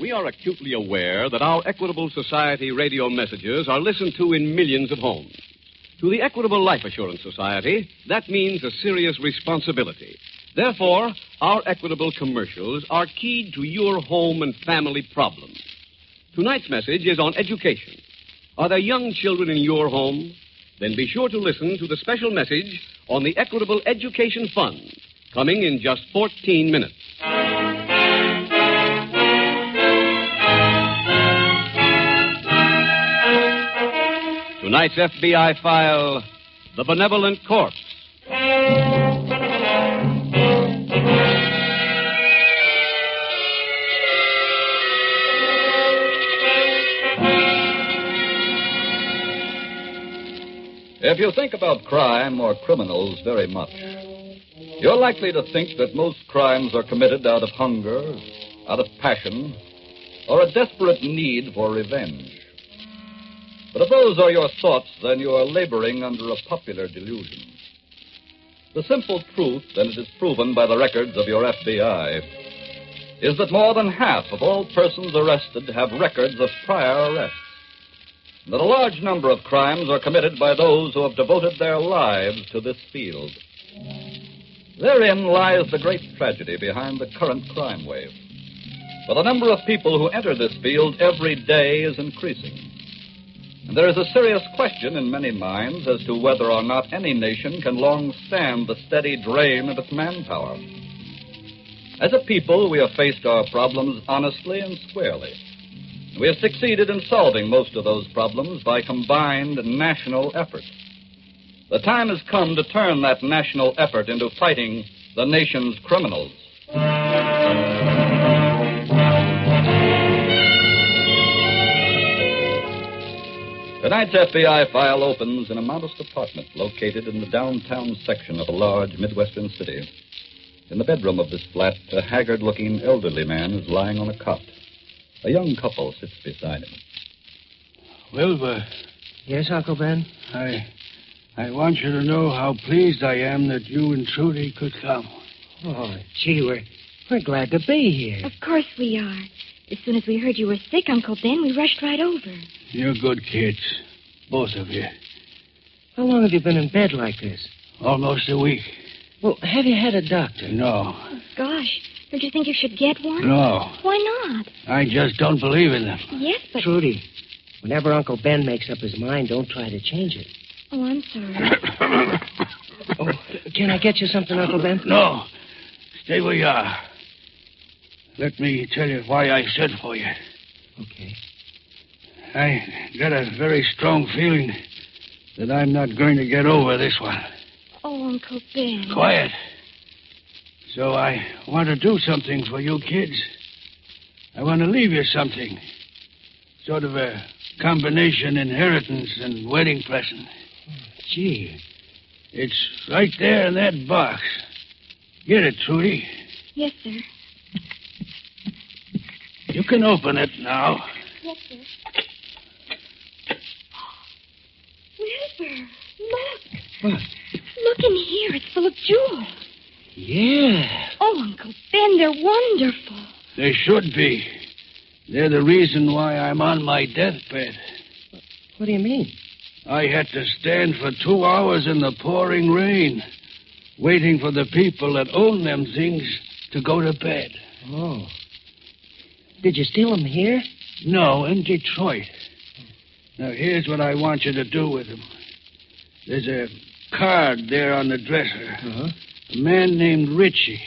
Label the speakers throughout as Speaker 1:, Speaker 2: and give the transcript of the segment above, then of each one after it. Speaker 1: We are acutely aware that our Equitable Society radio messages are listened to in millions of homes. To the Equitable Life Assurance Society, that means a serious responsibility. Therefore, our Equitable commercials are keyed to your home and family problems. Tonight's message is on education. Are there young children in your home? Then be sure to listen to the special message on the Equitable Education Fund, coming in just 14 minutes. Tonight's FBI file The Benevolent Corpse.
Speaker 2: If you think about crime or criminals very much, you're likely to think that most crimes are committed out of hunger, out of passion, or a desperate need for revenge. But if those are your thoughts, then you are laboring under a popular delusion. The simple truth, and it is proven by the records of your FBI, is that more than half of all persons arrested have records of prior arrests that a large number of crimes are committed by those who have devoted their lives to this field. Therein lies the great tragedy behind the current crime wave. For the number of people who enter this field every day is increasing. And there is a serious question in many minds as to whether or not any nation can long stand the steady drain of its manpower. As a people, we have faced our problems honestly and squarely. We have succeeded in solving most of those problems by combined national effort. The time has come to turn that national effort into fighting the nation's criminals. Tonight's FBI file opens in a modest apartment located in the downtown section of a large Midwestern city. In the bedroom of this flat, a haggard looking elderly man is lying on a cot. A young couple sits beside him.
Speaker 3: Wilbur,
Speaker 4: Yes, Uncle Ben?
Speaker 3: I I want you to know how pleased I am that you and Trudy could come.
Speaker 4: Oh, gee, we're, we're glad to be here.
Speaker 5: Of course we are. As soon as we heard you were sick, Uncle Ben, we rushed right over.
Speaker 3: You're good kids, both of you.
Speaker 4: How long have you been in bed like this?
Speaker 3: Almost a week.
Speaker 4: Well, have you had a doctor?
Speaker 3: No,
Speaker 5: Gosh, don't you think you should get one?
Speaker 3: no,
Speaker 5: Why not?
Speaker 3: I just don't believe in them.
Speaker 5: Yes, but.
Speaker 4: Trudy, whenever Uncle Ben makes up his mind, don't try to change it.
Speaker 5: Oh, I'm sorry.
Speaker 4: Oh, can I get you something, Uncle Ben?
Speaker 3: No, stay where you are. Let me tell you why I sent for you.
Speaker 4: Okay.
Speaker 3: I got a very strong feeling that I'm not going to get over this one.
Speaker 5: Oh, Uncle Ben.
Speaker 3: Quiet. So I want to do something for you kids. I want to leave you something. Sort of a combination inheritance and wedding present.
Speaker 4: Gee,
Speaker 3: It's right there in that box. Get it, Trudy.
Speaker 5: Yes, sir.
Speaker 3: You can open it now.
Speaker 5: Yes, sir. Wilbur, look.
Speaker 4: What?
Speaker 5: Look in here. It's full of jewels.
Speaker 4: yeah.
Speaker 5: Oh, Uncle Ben, they're wonderful.
Speaker 3: They should be. They're the reason why I'm on my deathbed.
Speaker 4: What do you mean?
Speaker 3: I had to stand for two hours in the pouring rain, waiting for the people that own them things to go to bed.
Speaker 4: Oh. Did you steal them here?
Speaker 3: No, in Detroit. Now, here's what I want you to do with them. There's a card there on the dresser.
Speaker 4: Uh-huh.
Speaker 3: A man named Ritchie.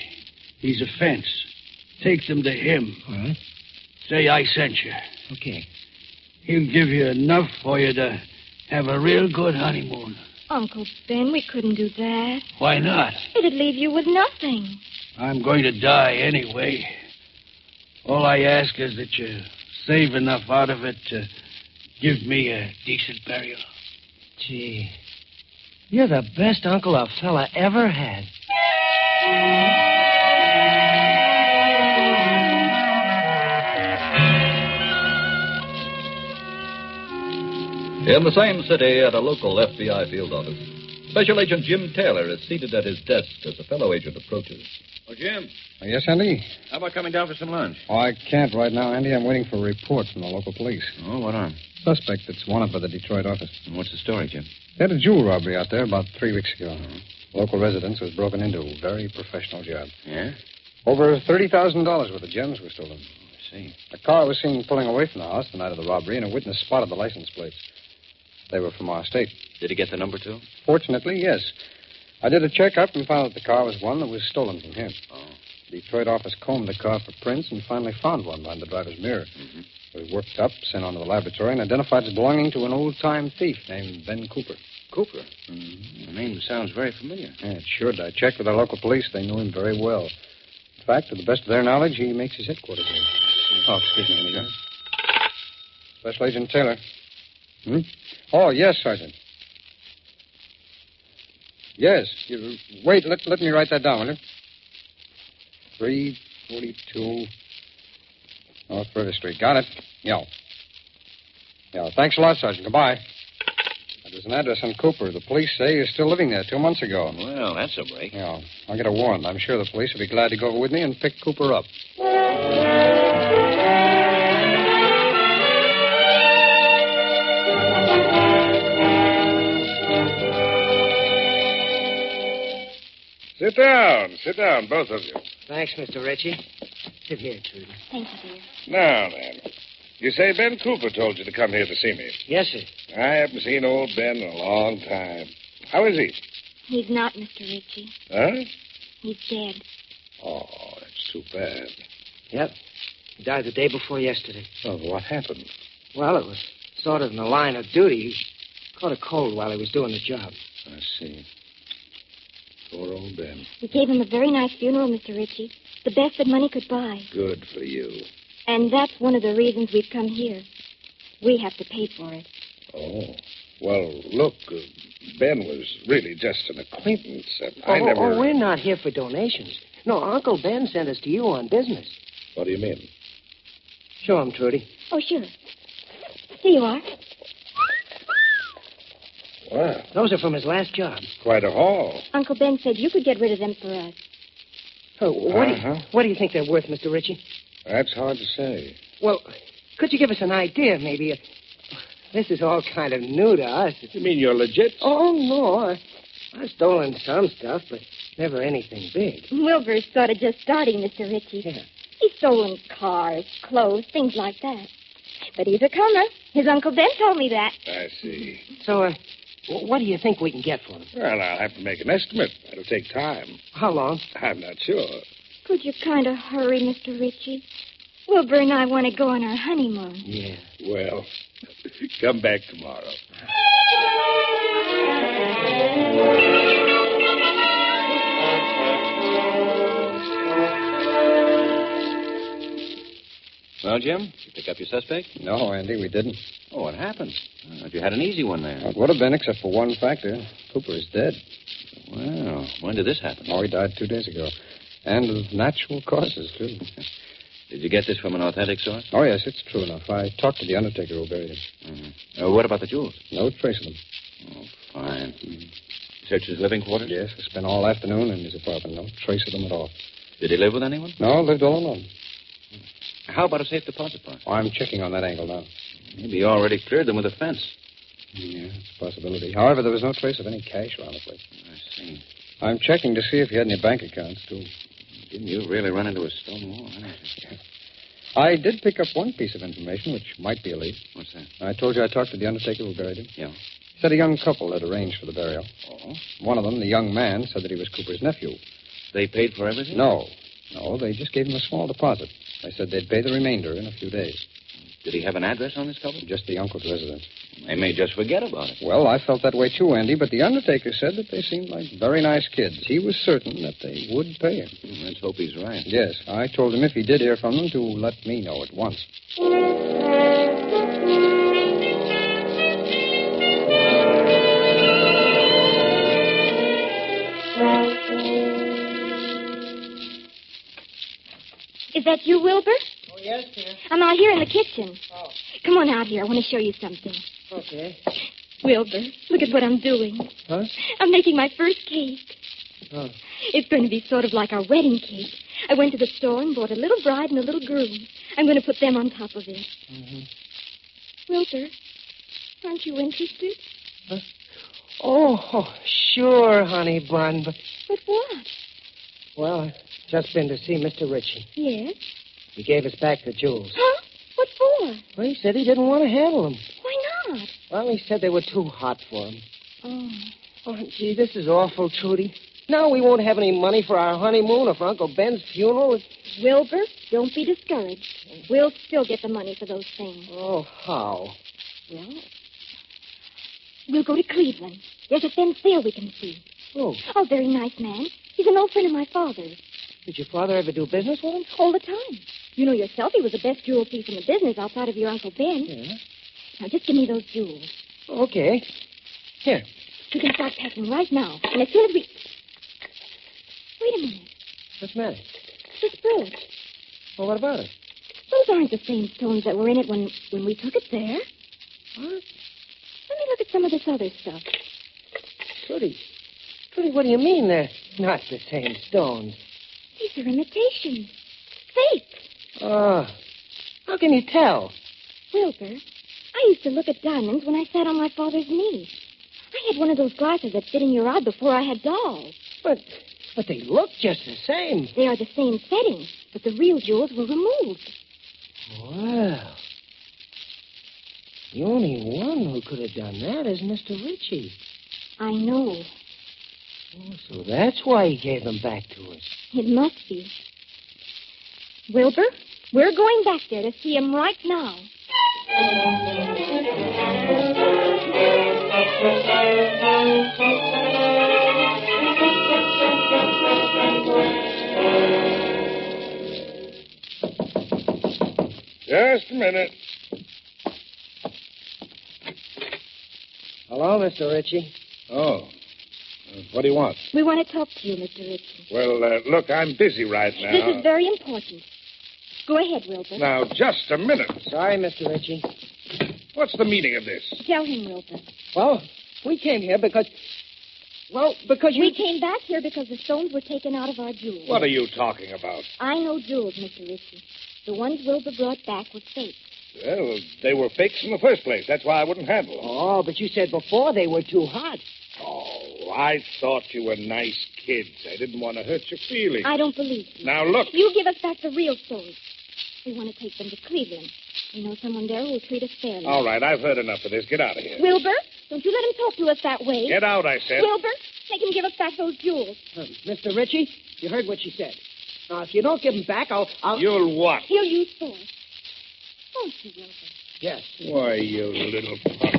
Speaker 3: He's a fence. Take them to him.
Speaker 4: All right.
Speaker 3: Say I sent you.
Speaker 4: Okay.
Speaker 3: He'll give you enough for you to have a real good honeymoon.
Speaker 5: Uncle Ben, we couldn't do that.
Speaker 3: Why not?
Speaker 5: It'd leave you with nothing.
Speaker 3: I'm going to die anyway. All I ask is that you save enough out of it to give me a decent burial.
Speaker 4: Gee, you're the best uncle a fella ever had.
Speaker 6: In the same city at a local FBI field office, Special Agent Jim Taylor is seated at his desk as a fellow agent approaches.
Speaker 1: Oh, Jim,
Speaker 2: Uh, Yes, Andy?
Speaker 1: how about coming down for some lunch?
Speaker 2: Oh, I can't right now, Andy. I'm waiting for a report from the local police.
Speaker 1: Oh, what on?
Speaker 2: Suspect that's wanted by the Detroit office.
Speaker 1: And what's the story, Jim?
Speaker 2: They had a jewel robbery out there about three weeks ago. Local residence was broken into. Very professional job.
Speaker 1: Yeah?
Speaker 2: Over $30,000 worth of gems were stolen.
Speaker 1: I see.
Speaker 2: A car was seen pulling away from the house the night of the robbery, and a witness spotted the license plates. They were from our state.
Speaker 1: Did he get the number, too?
Speaker 2: Fortunately, yes. I did a checkup and found that the car was one that was stolen from him.
Speaker 1: Oh.
Speaker 2: Detroit office combed the car for prints and finally found one behind the driver's mirror.
Speaker 1: Mhm.
Speaker 2: It was worked up, sent on to the laboratory, and identified as belonging to an old-time thief named Ben Cooper.
Speaker 1: Cooper. The name sounds very familiar.
Speaker 2: Yeah, it should. I checked with our local police. They knew him very well. In fact, to the best of their knowledge, he makes his headquarters here. Oh, excuse me, Major. Special Agent Taylor. Hmm? Oh, yes, Sergeant. Yes. You, wait, let, let me write that down, will you? 342 North River Street. Got it. Yeah. Yeah, thanks a lot, Sergeant. Goodbye. That was an address on Cooper. The police say you're still living there two months ago.
Speaker 1: Well, that's a break.
Speaker 2: Yeah, I'll get a warrant. I'm sure the police will be glad to go over with me and pick Cooper up.
Speaker 7: Sit down. Sit down, both of you.
Speaker 4: Thanks, Mr. Ritchie. Sit here, Trudy.
Speaker 5: Thank you, dear.
Speaker 7: Now, then. You say Ben Cooper told you to come here to see me.
Speaker 4: Yes, sir.
Speaker 7: I haven't seen old Ben in a long time. How is he?
Speaker 5: He's not Mr. Ritchie.
Speaker 7: Huh?
Speaker 5: He's dead.
Speaker 7: Oh, that's too bad.
Speaker 4: Yep. He died the day before yesterday.
Speaker 7: Oh, what happened?
Speaker 4: Well, it was sort of in the line of duty. He caught a cold while he was doing the job.
Speaker 7: I see. Poor old Ben.
Speaker 5: We gave him a very nice funeral, Mr. Ritchie. The best that money could buy.
Speaker 7: Good for you.
Speaker 5: And that's one of the reasons we've come here. We have to pay for it.
Speaker 7: Oh. Well, look, uh, Ben was really just an acquaintance. and I
Speaker 4: oh,
Speaker 7: never.
Speaker 4: oh, we're not here for donations. No, Uncle Ben sent us to you on business.
Speaker 7: What do you mean?
Speaker 4: Show him, Trudy.
Speaker 5: Oh, sure. Here you are.
Speaker 7: Well,
Speaker 4: Those are from his last job.
Speaker 7: quite a haul.
Speaker 5: Uncle Ben said you could get rid of them for us.
Speaker 4: Oh, what, do
Speaker 7: Uh-huh.
Speaker 4: you, what do you think they're worth, Mr. Ritchie?
Speaker 7: That's hard to say.
Speaker 4: Well, could you give us an idea, maybe? Uh, This is all kind of new to us.
Speaker 7: You mean you're legit?
Speaker 4: Oh, no. I- I've stolen some stuff, but never anything big.
Speaker 5: Wilbur's sort of just starting, Mr. Ritchie.
Speaker 4: Yeah.
Speaker 5: He's stolen cars, clothes, things like that. But he's a comer. His Uncle Ben told me that.
Speaker 7: I see.
Speaker 4: So, uh, wh- what do you think we can get for them?
Speaker 7: Well, I'll have to make an estimate. That'll take time.
Speaker 4: How long?
Speaker 7: I'm not sure.
Speaker 5: Could you kind of hurry, Mr. Ritchie? Wilbur and I want to go on our honeymoon.
Speaker 4: Yeah.
Speaker 7: Well, come back tomorrow.
Speaker 1: Well, Jim, you pick up your suspect?
Speaker 2: No, Andy, we didn't.
Speaker 1: Oh, what happened? Uh, you had an easy one there.
Speaker 7: Oh,
Speaker 2: It would have been, except for one factor. Cooper is dead.
Speaker 1: Well, when did this happen?
Speaker 2: Oh, he died two days ago. And of natural causes, too.
Speaker 1: Did you get this from an authentic source?
Speaker 2: Oh, yes, it's true enough. I talked to the undertaker who buried him.
Speaker 1: Uh, what about the jewels?
Speaker 2: No trace of
Speaker 1: Oh,
Speaker 2: them.
Speaker 1: fine. Search his living quarters?
Speaker 2: Yes, I spent all afternoon in his apartment. No trace of them at all.
Speaker 1: Did he live with anyone?
Speaker 2: No, lived all alone.
Speaker 1: How about a safe deposit box?
Speaker 2: I'm checking on that angle now.
Speaker 1: Maybe you already cleared them with a fence.
Speaker 2: Yeah, it's a possibility. However, there was no trace of any cash around the place.
Speaker 1: I see.
Speaker 2: I'm checking to see if he had any bank accounts, too.
Speaker 1: Jim, you really run into a stone wall, haven't you?
Speaker 2: I did pick up one piece of information, which might be a lead.
Speaker 1: What's that?
Speaker 2: I told you I talked to the undertaker who buried him.
Speaker 1: Yeah.
Speaker 2: He said a young couple had arranged for the burial.
Speaker 1: Oh?
Speaker 2: One of them, the young man, said that he was Cooper's nephew.
Speaker 1: They paid for everything?
Speaker 2: No, no, they just gave him a small deposit. They said they'd pay the remainder in a few days.
Speaker 8: Did he have an address on his cover?
Speaker 7: Just the uncle's residence.
Speaker 8: They may just forget about it.
Speaker 7: Well, I felt that way too, Andy, but the undertaker said that they seemed like very nice kids. He was certain that they would pay him.
Speaker 8: Hmm, Let's hope he's right.
Speaker 7: Yes, I told him if he did hear from them to let me know at once.
Speaker 5: Is that you, Wilbur?
Speaker 4: Oh, yes, dear.
Speaker 5: I'm out here in the kitchen.
Speaker 4: Oh.
Speaker 5: Come on out here. I want to show you something.
Speaker 4: Okay.
Speaker 5: Wilbur, look at what I'm doing.
Speaker 4: Huh?
Speaker 5: I'm making my first cake.
Speaker 4: Oh.
Speaker 5: It's going to be sort of like our wedding cake. I went to the store and bought a little bride and a little groom. I'm going to put them on top of it.
Speaker 4: Mm-hmm.
Speaker 5: Wilbur, aren't you interested?
Speaker 4: Oh, oh, sure, honey bun. But,
Speaker 5: But what?
Speaker 4: well, I've just been to see Mr. Ritchie.
Speaker 5: Yes.
Speaker 4: He gave us back the jewels.
Speaker 5: Huh? What for?
Speaker 4: Well, he said he didn't want to handle them.
Speaker 5: Why not?
Speaker 4: Well, he said they were too hot for him.
Speaker 5: Oh.
Speaker 4: Oh, gee, this is awful, Trudy. Now we won't have any money for our honeymoon or for Uncle Ben's funeral.
Speaker 5: Wilbur, don't be discouraged. We'll still get the money for those things.
Speaker 4: Oh, how?
Speaker 5: Well, we'll go to Cleveland. There's a thin sale we can see.
Speaker 4: Oh,
Speaker 5: Oh, very nice man. He's an old friend of my father's.
Speaker 4: did your father ever do business with him?
Speaker 5: All the time. You know yourself he was the best jewel thief in the business outside of your Uncle Ben.
Speaker 4: Yeah.
Speaker 5: Now, just give me those jewels.
Speaker 4: Okay. Here.
Speaker 5: You can start packing right now. And as soon as we... Wait a minute.
Speaker 4: What's the matter?
Speaker 5: This brooch.
Speaker 4: Well, what about it?
Speaker 5: Those aren't the same stones that were in it when, when we took it there.
Speaker 4: What?
Speaker 5: Let me look at some of this other stuff.
Speaker 4: Trudy. Trudy, what do you mean they're not the same stones?
Speaker 5: These are imitations. Fake.
Speaker 4: Oh. How can you tell?
Speaker 5: Wilbur, I used to look at diamonds when I sat on my father's knee. I had one of those glasses that fit in your eye before I had dolls.
Speaker 4: But but they look just the same.
Speaker 5: They are the same setting, but the real jewels were removed.
Speaker 4: Wow. The only one who could have done that is Mr. Ritchie.
Speaker 5: I know.
Speaker 4: Oh, so that's why he gave them back to us.
Speaker 5: It must be. Wilbur, we're going back there to see him right now.
Speaker 9: Just a minute.
Speaker 4: Hello, Mr. Ritchie.
Speaker 9: Oh. Uh, What do you want?
Speaker 5: We want to talk to you, Mr. Ritchie.
Speaker 9: Well, uh, look, I'm busy right now.
Speaker 5: This is very important. Go ahead, Wilbur.
Speaker 9: Now, just a minute.
Speaker 4: Sorry, Mr. Ritchie.
Speaker 9: What's the meaning of this?
Speaker 5: Tell him, Wilbur.
Speaker 4: Well, we came here because. Well, because you.
Speaker 5: We came back here because the stones were taken out of our jewels.
Speaker 9: What are you talking about?
Speaker 5: I know jewels, Mr. Ritchie. The ones Wilbur brought back were fake.
Speaker 9: Well, they were fakes in the first place. That's why I wouldn't handle them.
Speaker 4: Oh, but you said before they were too hot.
Speaker 9: Oh, I thought you were nice kids. I didn't want to hurt your feelings.
Speaker 5: I don't believe you.
Speaker 9: Now, look.
Speaker 5: You give us back the real stones. We want to take them to Cleveland. We know someone there who will treat us fairly.
Speaker 7: Oh.
Speaker 9: All right, I've heard enough of this. Get out of here.
Speaker 5: Wilbur, don't you let him talk to us that way.
Speaker 9: Get out, I said.
Speaker 5: Wilbur, make him give us back those jewels.
Speaker 4: Huh, Mr. Uh, Ritchie, you heard what she said. Now, if you don't give them back, I'll. I'll...
Speaker 9: You'll what?
Speaker 5: He'll use force. Won't you, Wilbur?
Speaker 4: Yes.
Speaker 9: Why, you little punk.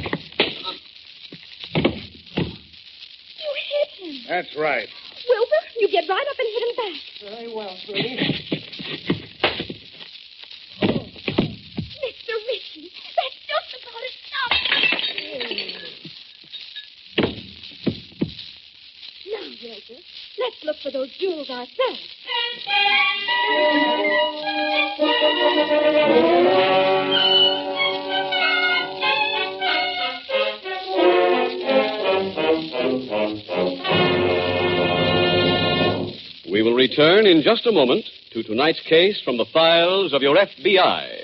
Speaker 5: You hit him.
Speaker 9: That's right.
Speaker 5: Wilbur, you get right up and hit him back.
Speaker 4: Very well, Trudy.
Speaker 5: Mr. Ritchie, that's just about it. Stop. Now, Wilbur, let's look for those jewels ourselves.
Speaker 1: We will return in just a moment to tonight's case from the files of your FBI.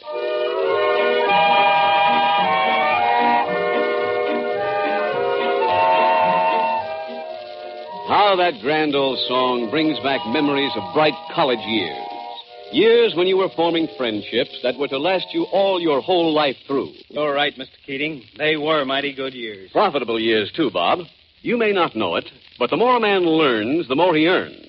Speaker 1: How that grand old song brings back memories of bright college years. Years when you were forming friendships that were to last you all your whole life through.
Speaker 10: You're right, Mr. Keating. They were mighty good years.
Speaker 1: Profitable years, too, Bob. You may not know it, but the more a man learns, the more he earns.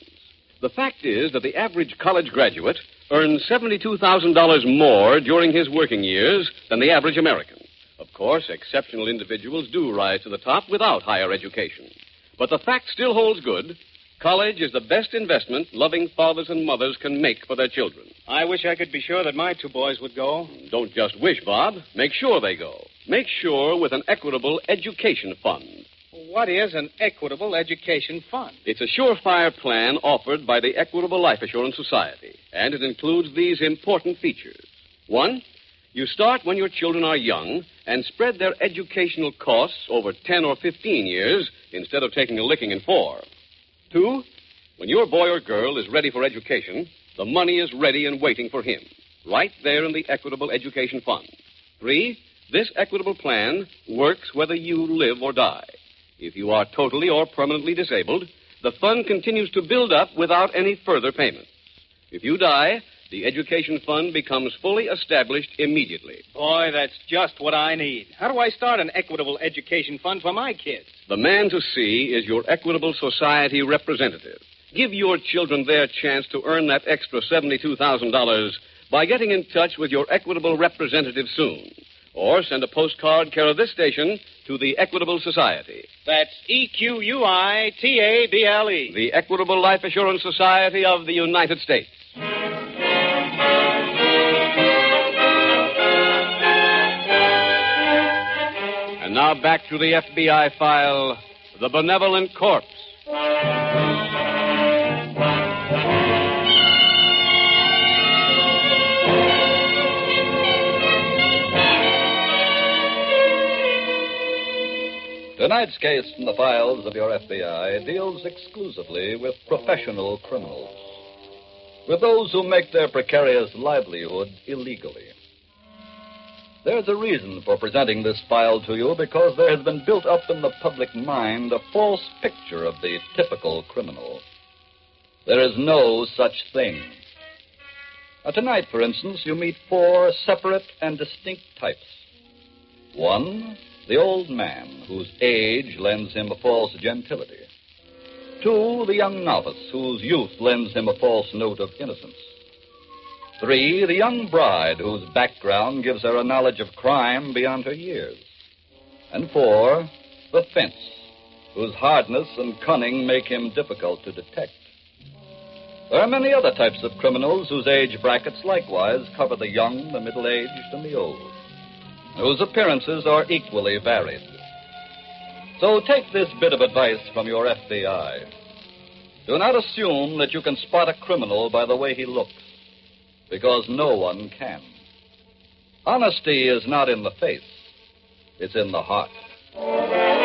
Speaker 1: The fact is that the average college graduate earned $72,000 more during his working years than the average American. Of course, exceptional individuals do rise to the top without higher education. But the fact still holds good. College is the best investment loving fathers and mothers can make for their children.
Speaker 10: I wish I could be sure that my two boys would go.
Speaker 1: Don't just wish, Bob. Make sure they go. Make sure with an equitable education fund.
Speaker 10: What is an equitable education fund?
Speaker 1: It's a surefire plan offered by the Equitable Life Assurance Society, and it includes these important features. One, you start when your children are young and spread their educational costs over 10 or 15 years instead of taking a licking in four. Two, when your boy or girl is ready for education, the money is ready and waiting for him, right there in the Equitable Education Fund. Three, this equitable plan works whether you live or die. If you are totally or permanently disabled, the fund continues to build up without any further payment. If you die, the education fund becomes fully established immediately.
Speaker 10: Boy, that's just what I need. How do I start an equitable education fund for my kids?
Speaker 1: The man to see is your Equitable Society representative. Give your children their chance to earn that extra $72,000 by getting in touch with your Equitable representative soon. Or send a postcard care of this station to the Equitable Society.
Speaker 10: That's E Q U I T A B L E.
Speaker 1: The Equitable Life Assurance Society of the United States. And now back to the FBI file The Benevolent Corpse.
Speaker 2: Tonight's case from the files of your FBI deals exclusively with professional criminals, with those who make their precarious livelihood illegally. There's a reason for presenting this file to you because there has been built up in the public mind a false picture of the typical criminal. There is no such thing. Now, tonight, for instance, you meet four separate and distinct types. One, the old man, whose age lends him a false gentility. Two, the young novice, whose youth lends him a false note of innocence. Three, the young bride, whose background gives her a knowledge of crime beyond her years. And four, the fence, whose hardness and cunning make him difficult to detect. There are many other types of criminals whose age brackets likewise cover the young, the middle aged, and the old whose appearances are equally varied. So take this bit of advice from your FBI. Do not assume that you can spot a criminal by the way he looks, because no one can. Honesty is not in the face, it's in the heart.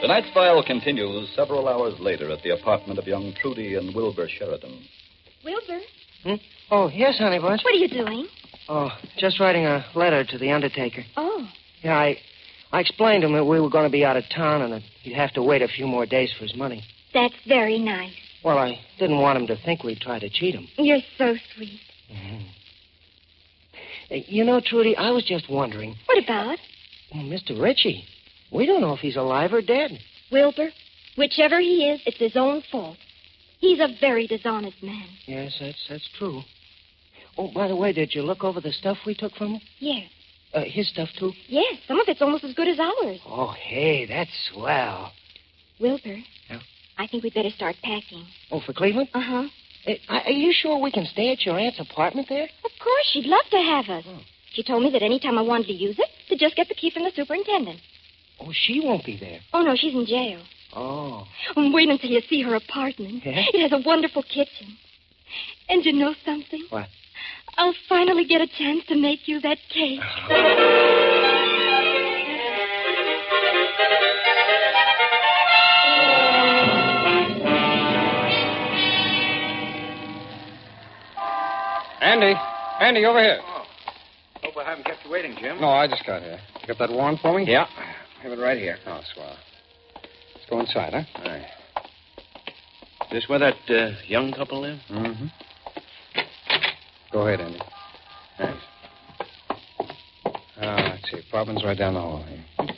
Speaker 2: Tonight's file continues several hours later at the apartment of young Trudy and Wilbur Sheridan.
Speaker 5: Wilbur,
Speaker 4: Oh, yes, honey bun.
Speaker 5: what are you doing?
Speaker 4: Oh, just writing a letter to the undertaker.
Speaker 5: Oh,
Speaker 4: Yeah, I, I explained to him that we were going to be out of town and that he'd have to wait a few more days for his money.
Speaker 5: that's very nice.
Speaker 4: Well, I didn't want him to think we'd try to cheat him.
Speaker 5: You're so sweet.
Speaker 4: Mm-hmm. Uh, You know, Trudy, I was just wondering,
Speaker 5: What about
Speaker 4: well, Mr. Ritchie, we don't know if he's alive or dead.
Speaker 5: Wilbur? Whichever he is, it's his own fault. He's a very dishonest man.
Speaker 4: Yes, that's that's true. Oh, by the way, did you look over the stuff we took from him?
Speaker 5: Yes,
Speaker 4: Uh, his stuff too.
Speaker 5: yes. Some of it's almost as good as ours.
Speaker 4: Oh, hey, that's swell.
Speaker 5: Wilbur.
Speaker 4: Yeah?
Speaker 5: I think we'd better start packing.
Speaker 4: Oh, for Cleveland?
Speaker 5: Uh huh.
Speaker 4: Uh, are you sure we can stay at your aunt's apartment there?
Speaker 5: Of course, she'd love to have us.
Speaker 4: Oh.
Speaker 5: She told me that any time I wanted to use it, to just get the key from the superintendent.
Speaker 4: Oh, she won't be there.
Speaker 5: Oh no, she's in jail.
Speaker 4: Oh.
Speaker 5: Um, Wait until you see her apartment.
Speaker 4: Yeah?
Speaker 5: It has a wonderful kitchen. And you know something?
Speaker 4: What?
Speaker 5: I'll finally get a chance to make you that cake.
Speaker 10: Andy, Andy, over here.
Speaker 7: Oh.
Speaker 8: Hope I haven't kept you waiting, Jim.
Speaker 7: No, I just got here. You got that warrant for me?
Speaker 8: Yeah.
Speaker 7: I have it right here. Oh, swell. Let's go inside, huh?
Speaker 8: All right. This where that uh, young couple live?
Speaker 7: Mm-hmm. Go ahead, Andy.
Speaker 8: Thanks.
Speaker 7: Ah, let's see. Provin's right down the hall here.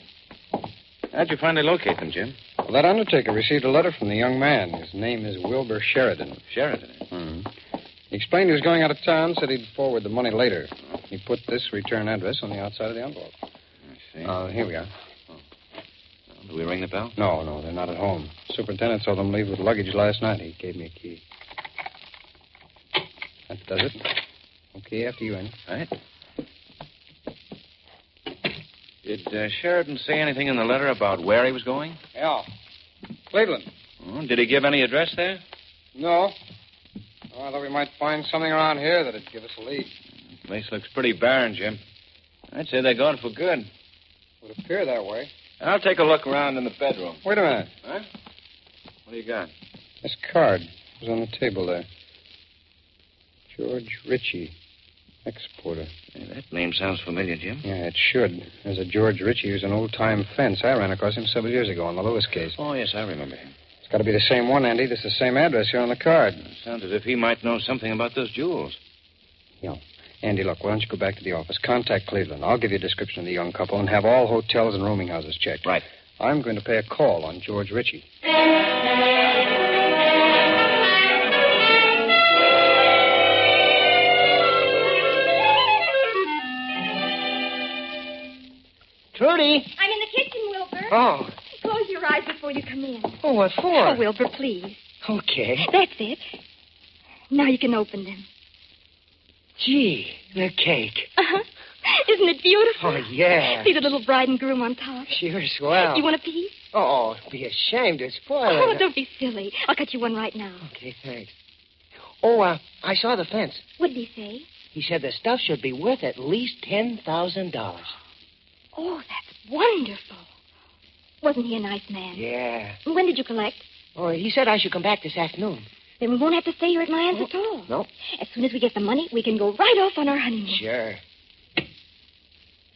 Speaker 8: How'd you finally locate them, Jim?
Speaker 7: Well, that undertaker received a letter from the young man. His name is Wilbur Sheridan.
Speaker 2: Sheridan.
Speaker 7: Mhm. He explained he was going out of town, said he'd forward the money later. He put this return address on the outside of the envelope.
Speaker 2: I see.
Speaker 7: Uh, here we are.
Speaker 2: Do we ring the bell?
Speaker 7: No, no, they're not at home. Superintendent saw them leave with luggage last night. He gave me a key. That does it. Okay, after you, Andy.
Speaker 2: All right. Did uh, Sheridan say anything in the letter about where he was going?
Speaker 7: Yeah. Cleveland. Hmm?
Speaker 2: Oh, did he give any address there?
Speaker 7: No. Oh, I thought we might find something around here that'd give us a lead.
Speaker 2: Place looks pretty barren, Jim. I'd say they're gone for good.
Speaker 7: Would appear that way.
Speaker 2: I'll take a look around in the bedroom.
Speaker 7: Wait a minute.
Speaker 2: Huh? What do you got?
Speaker 7: This card was on the table there. George Ritchie, exporter.
Speaker 2: Hey, that name sounds familiar, Jim.
Speaker 7: Yeah, it should. There's a George Ritchie who's an old-time fence. I ran across him several years ago in the Lewis case.
Speaker 2: Oh, yes, I remember him.
Speaker 7: It's got to be the same one, Andy. This is the same address here on the card.
Speaker 2: Sounds as if he might know something about those jewels.
Speaker 7: Andy, look, why don't you go back to the office? Contact Cleveland. I'll give you a description of the young couple and have all hotels and rooming houses checked.
Speaker 2: Right.
Speaker 7: I'm going to pay a call on George Ritchie.
Speaker 4: Trudy!
Speaker 5: I'm in the kitchen, Wilbur.
Speaker 4: Oh,
Speaker 5: Close your eyes before you come in.
Speaker 4: oh, what for?
Speaker 5: Oh, Wilbur, please.
Speaker 4: Okay.
Speaker 5: That's it. Now you can open them.
Speaker 4: Gee, the cake.
Speaker 5: Uh-huh. Isn't it beautiful?
Speaker 4: Oh, yeah.
Speaker 5: See the little bride and groom on top.
Speaker 4: Sure, swell.
Speaker 5: You want a piece?
Speaker 4: Oh, it'd be ashamed to spoil
Speaker 5: Oh,
Speaker 4: it.
Speaker 5: don't be silly. I'll cut you one right now.
Speaker 4: Okay, thanks. Oh, uh, I saw the fence.
Speaker 5: What did he say?
Speaker 4: He said the stuff should be worth at least ten thousand dollars.
Speaker 5: Oh, that's wonderful. Wasn't he a nice man?
Speaker 4: Yeah.
Speaker 5: And When did you collect?
Speaker 4: Oh, he said I should come back this afternoon.
Speaker 5: Then we won't have to stay here at my aunt's at all.
Speaker 4: Oh, No.
Speaker 5: As soon as we get the money, we can go right off on our honeymoon.
Speaker 4: Sure.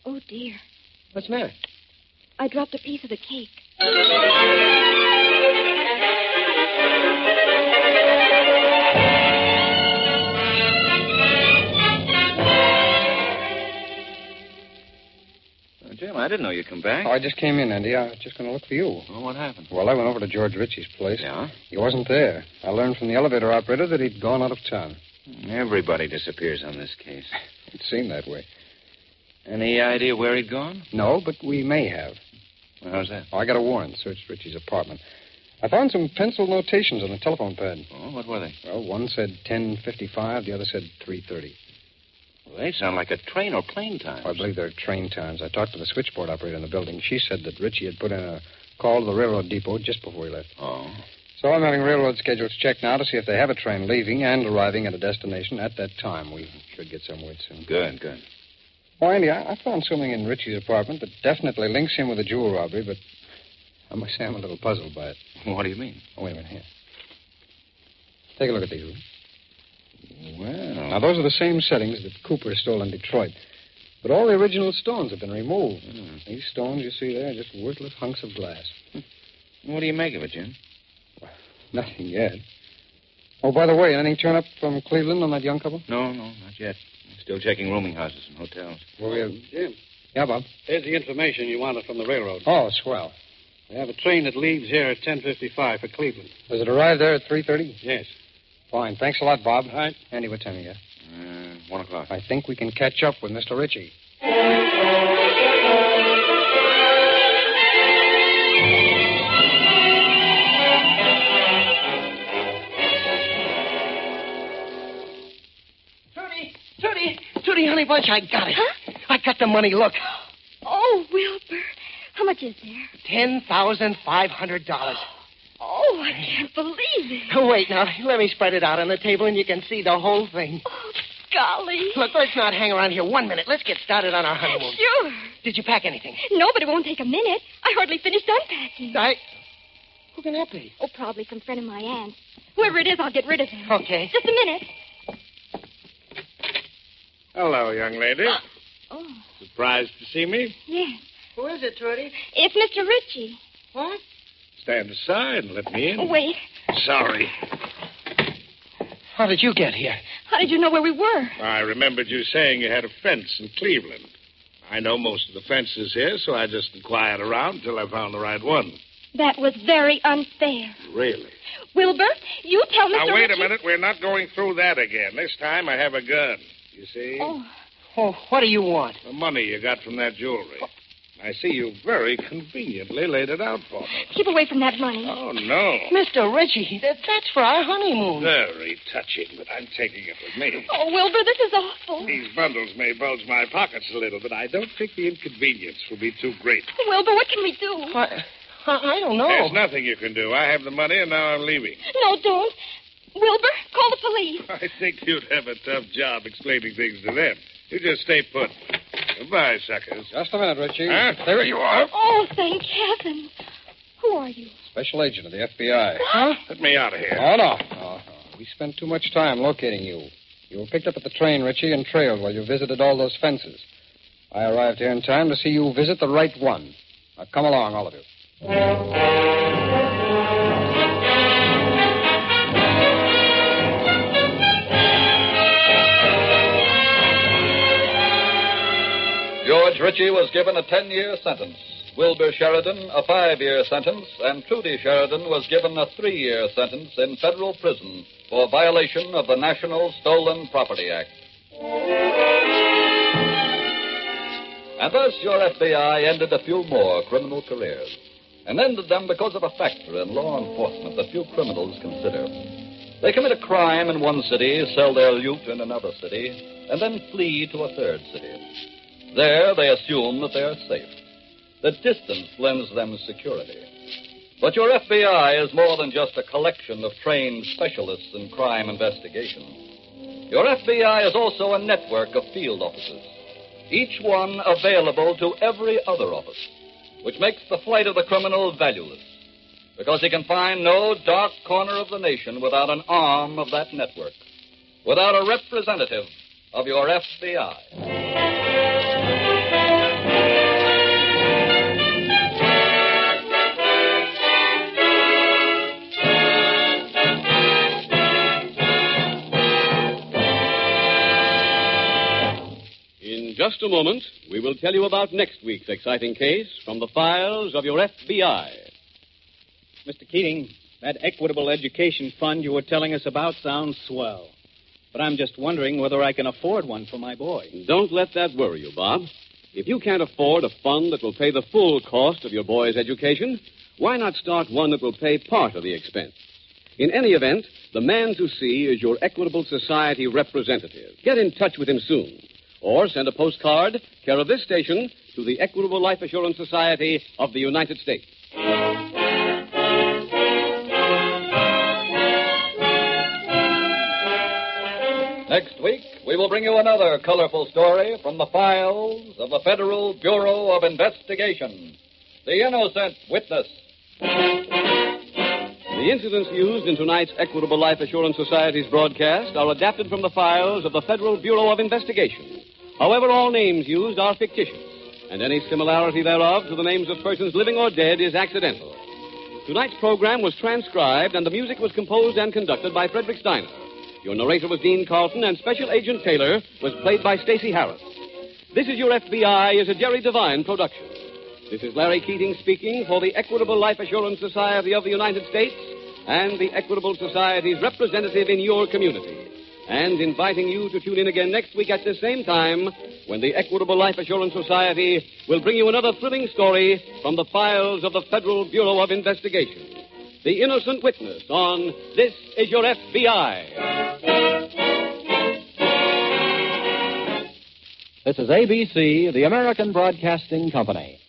Speaker 5: Oh, dear.
Speaker 4: What's the matter?
Speaker 5: I dropped a piece of the cake.
Speaker 2: Oh, Jim, I didn't know you'd come back.
Speaker 7: Oh, I just came in, Andy. I was just going to look for you.
Speaker 2: Well, what happened?
Speaker 7: Well, I went over to George Ritchie's place.
Speaker 2: Yeah?
Speaker 7: He wasn't there. I learned from the elevator operator that he'd gone out of town.
Speaker 2: Everybody disappears on this case.
Speaker 7: It seemed that way.
Speaker 2: Any idea where he'd gone?
Speaker 7: No, but we may have. Oh,
Speaker 2: Well, how's that?
Speaker 7: I got a warrant. Searched Ritchie's apartment. I found some pencil notations on the telephone pad.
Speaker 2: Oh, what were they?
Speaker 7: Well, one said 10.55, the other said 3.30.
Speaker 2: Well, they sound like a train or plane time.
Speaker 7: Oh, I believe they're train times. I talked to the switchboard operator in the building. She said that Ritchie had put in a call to the railroad depot just before he left.
Speaker 2: Oh.
Speaker 7: So I'm having railroad schedules checked now to see if they have a train leaving and arriving at a destination at that time. We should get some word soon.
Speaker 2: Good, good.
Speaker 7: Oh, Andy, I, I found something in Ritchie's apartment that definitely links him with the jewel robbery, but I must say I'm a little puzzled by it.
Speaker 2: What do you mean?
Speaker 7: Oh, wait a minute here. Take a look at these. will you?
Speaker 2: Well,
Speaker 7: Now, those are the same settings that Cooper stole in Detroit. But all the original stones have been removed.
Speaker 2: Hmm.
Speaker 7: These stones you see there are just worthless hunks of glass.
Speaker 2: what do you make of it, Jim?
Speaker 7: Nothing yet. Oh, by the way, anything turn up from Cleveland on that young couple?
Speaker 2: No, no, not yet. Still checking rooming houses and hotels.
Speaker 7: Well, we have...
Speaker 3: Jim,
Speaker 7: Yeah, Bob.
Speaker 3: here's the information you wanted from the railroad.
Speaker 7: Oh, swell.
Speaker 3: They have a train that leaves here at 10.55 for Cleveland.
Speaker 7: Does it arrive there at 3.30?
Speaker 3: Yes.
Speaker 7: Fine. Thanks a lot, Bob.
Speaker 3: All right.
Speaker 7: Andy, what time you got?
Speaker 2: Uh, one o'clock.
Speaker 7: I think we can catch up with Mr. Ritchie.
Speaker 4: Trudy, Trudy, Trudy, honey bunch, I got it. I got the money. Look,
Speaker 5: Oh, Wilbur. How much is there?
Speaker 4: ten thousand five hundred dollars.
Speaker 5: Oh, I can't believe it.
Speaker 4: Wait now, let me spread it out on the table and you can see the whole thing.
Speaker 5: Oh, golly.
Speaker 4: Look, let's not hang around here one minute. Let's get started on our honeymoon.
Speaker 5: Sure.
Speaker 4: Did you pack anything?
Speaker 5: No, but it won't take a minute. I hardly finished unpacking.
Speaker 4: I. Who can that be?
Speaker 5: Oh, probably some friend of my aunt's. Whoever it is, I'll get rid of him.
Speaker 4: Okay.
Speaker 5: Just a minute.
Speaker 1: Hello, young lady.
Speaker 5: Oh,
Speaker 1: Surprised to see me?
Speaker 5: yes.
Speaker 4: Who is it, Trudy?
Speaker 5: It's Mr. Ritchie.
Speaker 4: What?
Speaker 1: Stand aside and let me
Speaker 5: Oh,
Speaker 1: in.
Speaker 5: wait.
Speaker 1: Sorry.
Speaker 4: How did you get here?
Speaker 5: How did you know where we were?
Speaker 1: I remembered you saying you had a fence in Cleveland. I know most of the fences here, so I just inquired around until I found the right one.
Speaker 5: That was very unfair.
Speaker 11: Really?
Speaker 5: Wilbur, you tell Mr.
Speaker 11: now, wait
Speaker 5: Ritchie-
Speaker 11: a minute. We're not going through that again. This time I have a gun. You see?
Speaker 5: Oh,
Speaker 4: Oh, what do you want?
Speaker 11: The money you got from that jewelry. I see you very conveniently laid it out for me.
Speaker 5: keep away from that money.
Speaker 11: Oh, no.
Speaker 4: Mr. Ritchie, that, that's for our honeymoon.
Speaker 11: Very touching, but I'm taking it with me.
Speaker 5: Oh, Wilbur, this is awful.
Speaker 11: These bundles may bulge my pockets a little, but I don't think the inconvenience will be too great.
Speaker 5: Wilbur, what can we do?
Speaker 4: I, I don't know.
Speaker 11: There's nothing you can do. I have the money, and now I'm leaving.
Speaker 5: No, don't. Wilbur, call the police.
Speaker 11: I think you'd have a tough job explaining things to them. You just stay put. Goodbye, suckers.
Speaker 7: Just a minute, Richie.
Speaker 11: Huh?
Speaker 7: There you are.
Speaker 5: Oh, thank heaven. Who are you?
Speaker 7: Special agent of the FBI.
Speaker 5: Huh?
Speaker 11: Let me out of here.
Speaker 7: Oh, no. no, no. We spent too much time locating you. You were picked up at the train, Richie, and trailed while you visited all those fences. I arrived here in time to see you visit the right one. Now, come along, all of you.
Speaker 2: George Ritchie was given a 10 year sentence. Wilbur Sheridan, a five year sentence, and Trudy Sheridan was given a three year sentence in federal prison for violation of the National Stolen Property Act. And thus, your FBI ended a few more criminal careers, and ended them because of a factor in law enforcement that few criminals consider. They commit a crime in one city, sell their loot in another city, and then flee to a third city. There, they assume that they are safe. The distance lends them security. But your FBI is more than just a collection of trained specialists in crime investigation. Your FBI is also a network of field offices, each one available to every other office, which makes the flight of the criminal valueless, because he can find no dark corner of the nation without an arm of that network, without a representative of your FBI.
Speaker 1: In just a moment, we will tell you about next week's exciting case from the files of your FBI.
Speaker 12: Mr. Keating, that Equitable Education Fund you were telling us about sounds swell. But I'm just wondering whether I can afford one for my boy.
Speaker 1: Don't let that worry you, Bob. If you can't afford a fund that will pay the full cost of your boy's education, why not start one that will pay part of the expense? In any event, the man to see is your Equitable Society representative. Get in touch with him soon. Or send a postcard, care of this station, to the Equitable Life Assurance Society of the United States.
Speaker 2: Next week, we will bring you another colorful story from the files of the Federal Bureau of Investigation. The Innocent Witness.
Speaker 1: The incidents used in tonight's Equitable Life Assurance Society's broadcast are adapted from the files of the Federal Bureau of Investigation. However, all names used are fictitious, and any similarity thereof to the names of persons living or dead is accidental. Tonight's program was transcribed, and the music was composed and conducted by Frederick Steiner. Your narrator was Dean Carlton, and Special Agent Taylor was played by Stacey Harris. This is Your FBI is a Jerry Devine production. This is Larry Keating speaking for the Equitable Life Assurance Society of the United States and the Equitable Society's representative in your community. And inviting you to tune in again next week at the same time when the Equitable Life Assurance Society will bring you another thrilling story from the files of the Federal Bureau of Investigation. The Innocent Witness on This Is Your FBI.
Speaker 13: This is ABC, the American Broadcasting Company.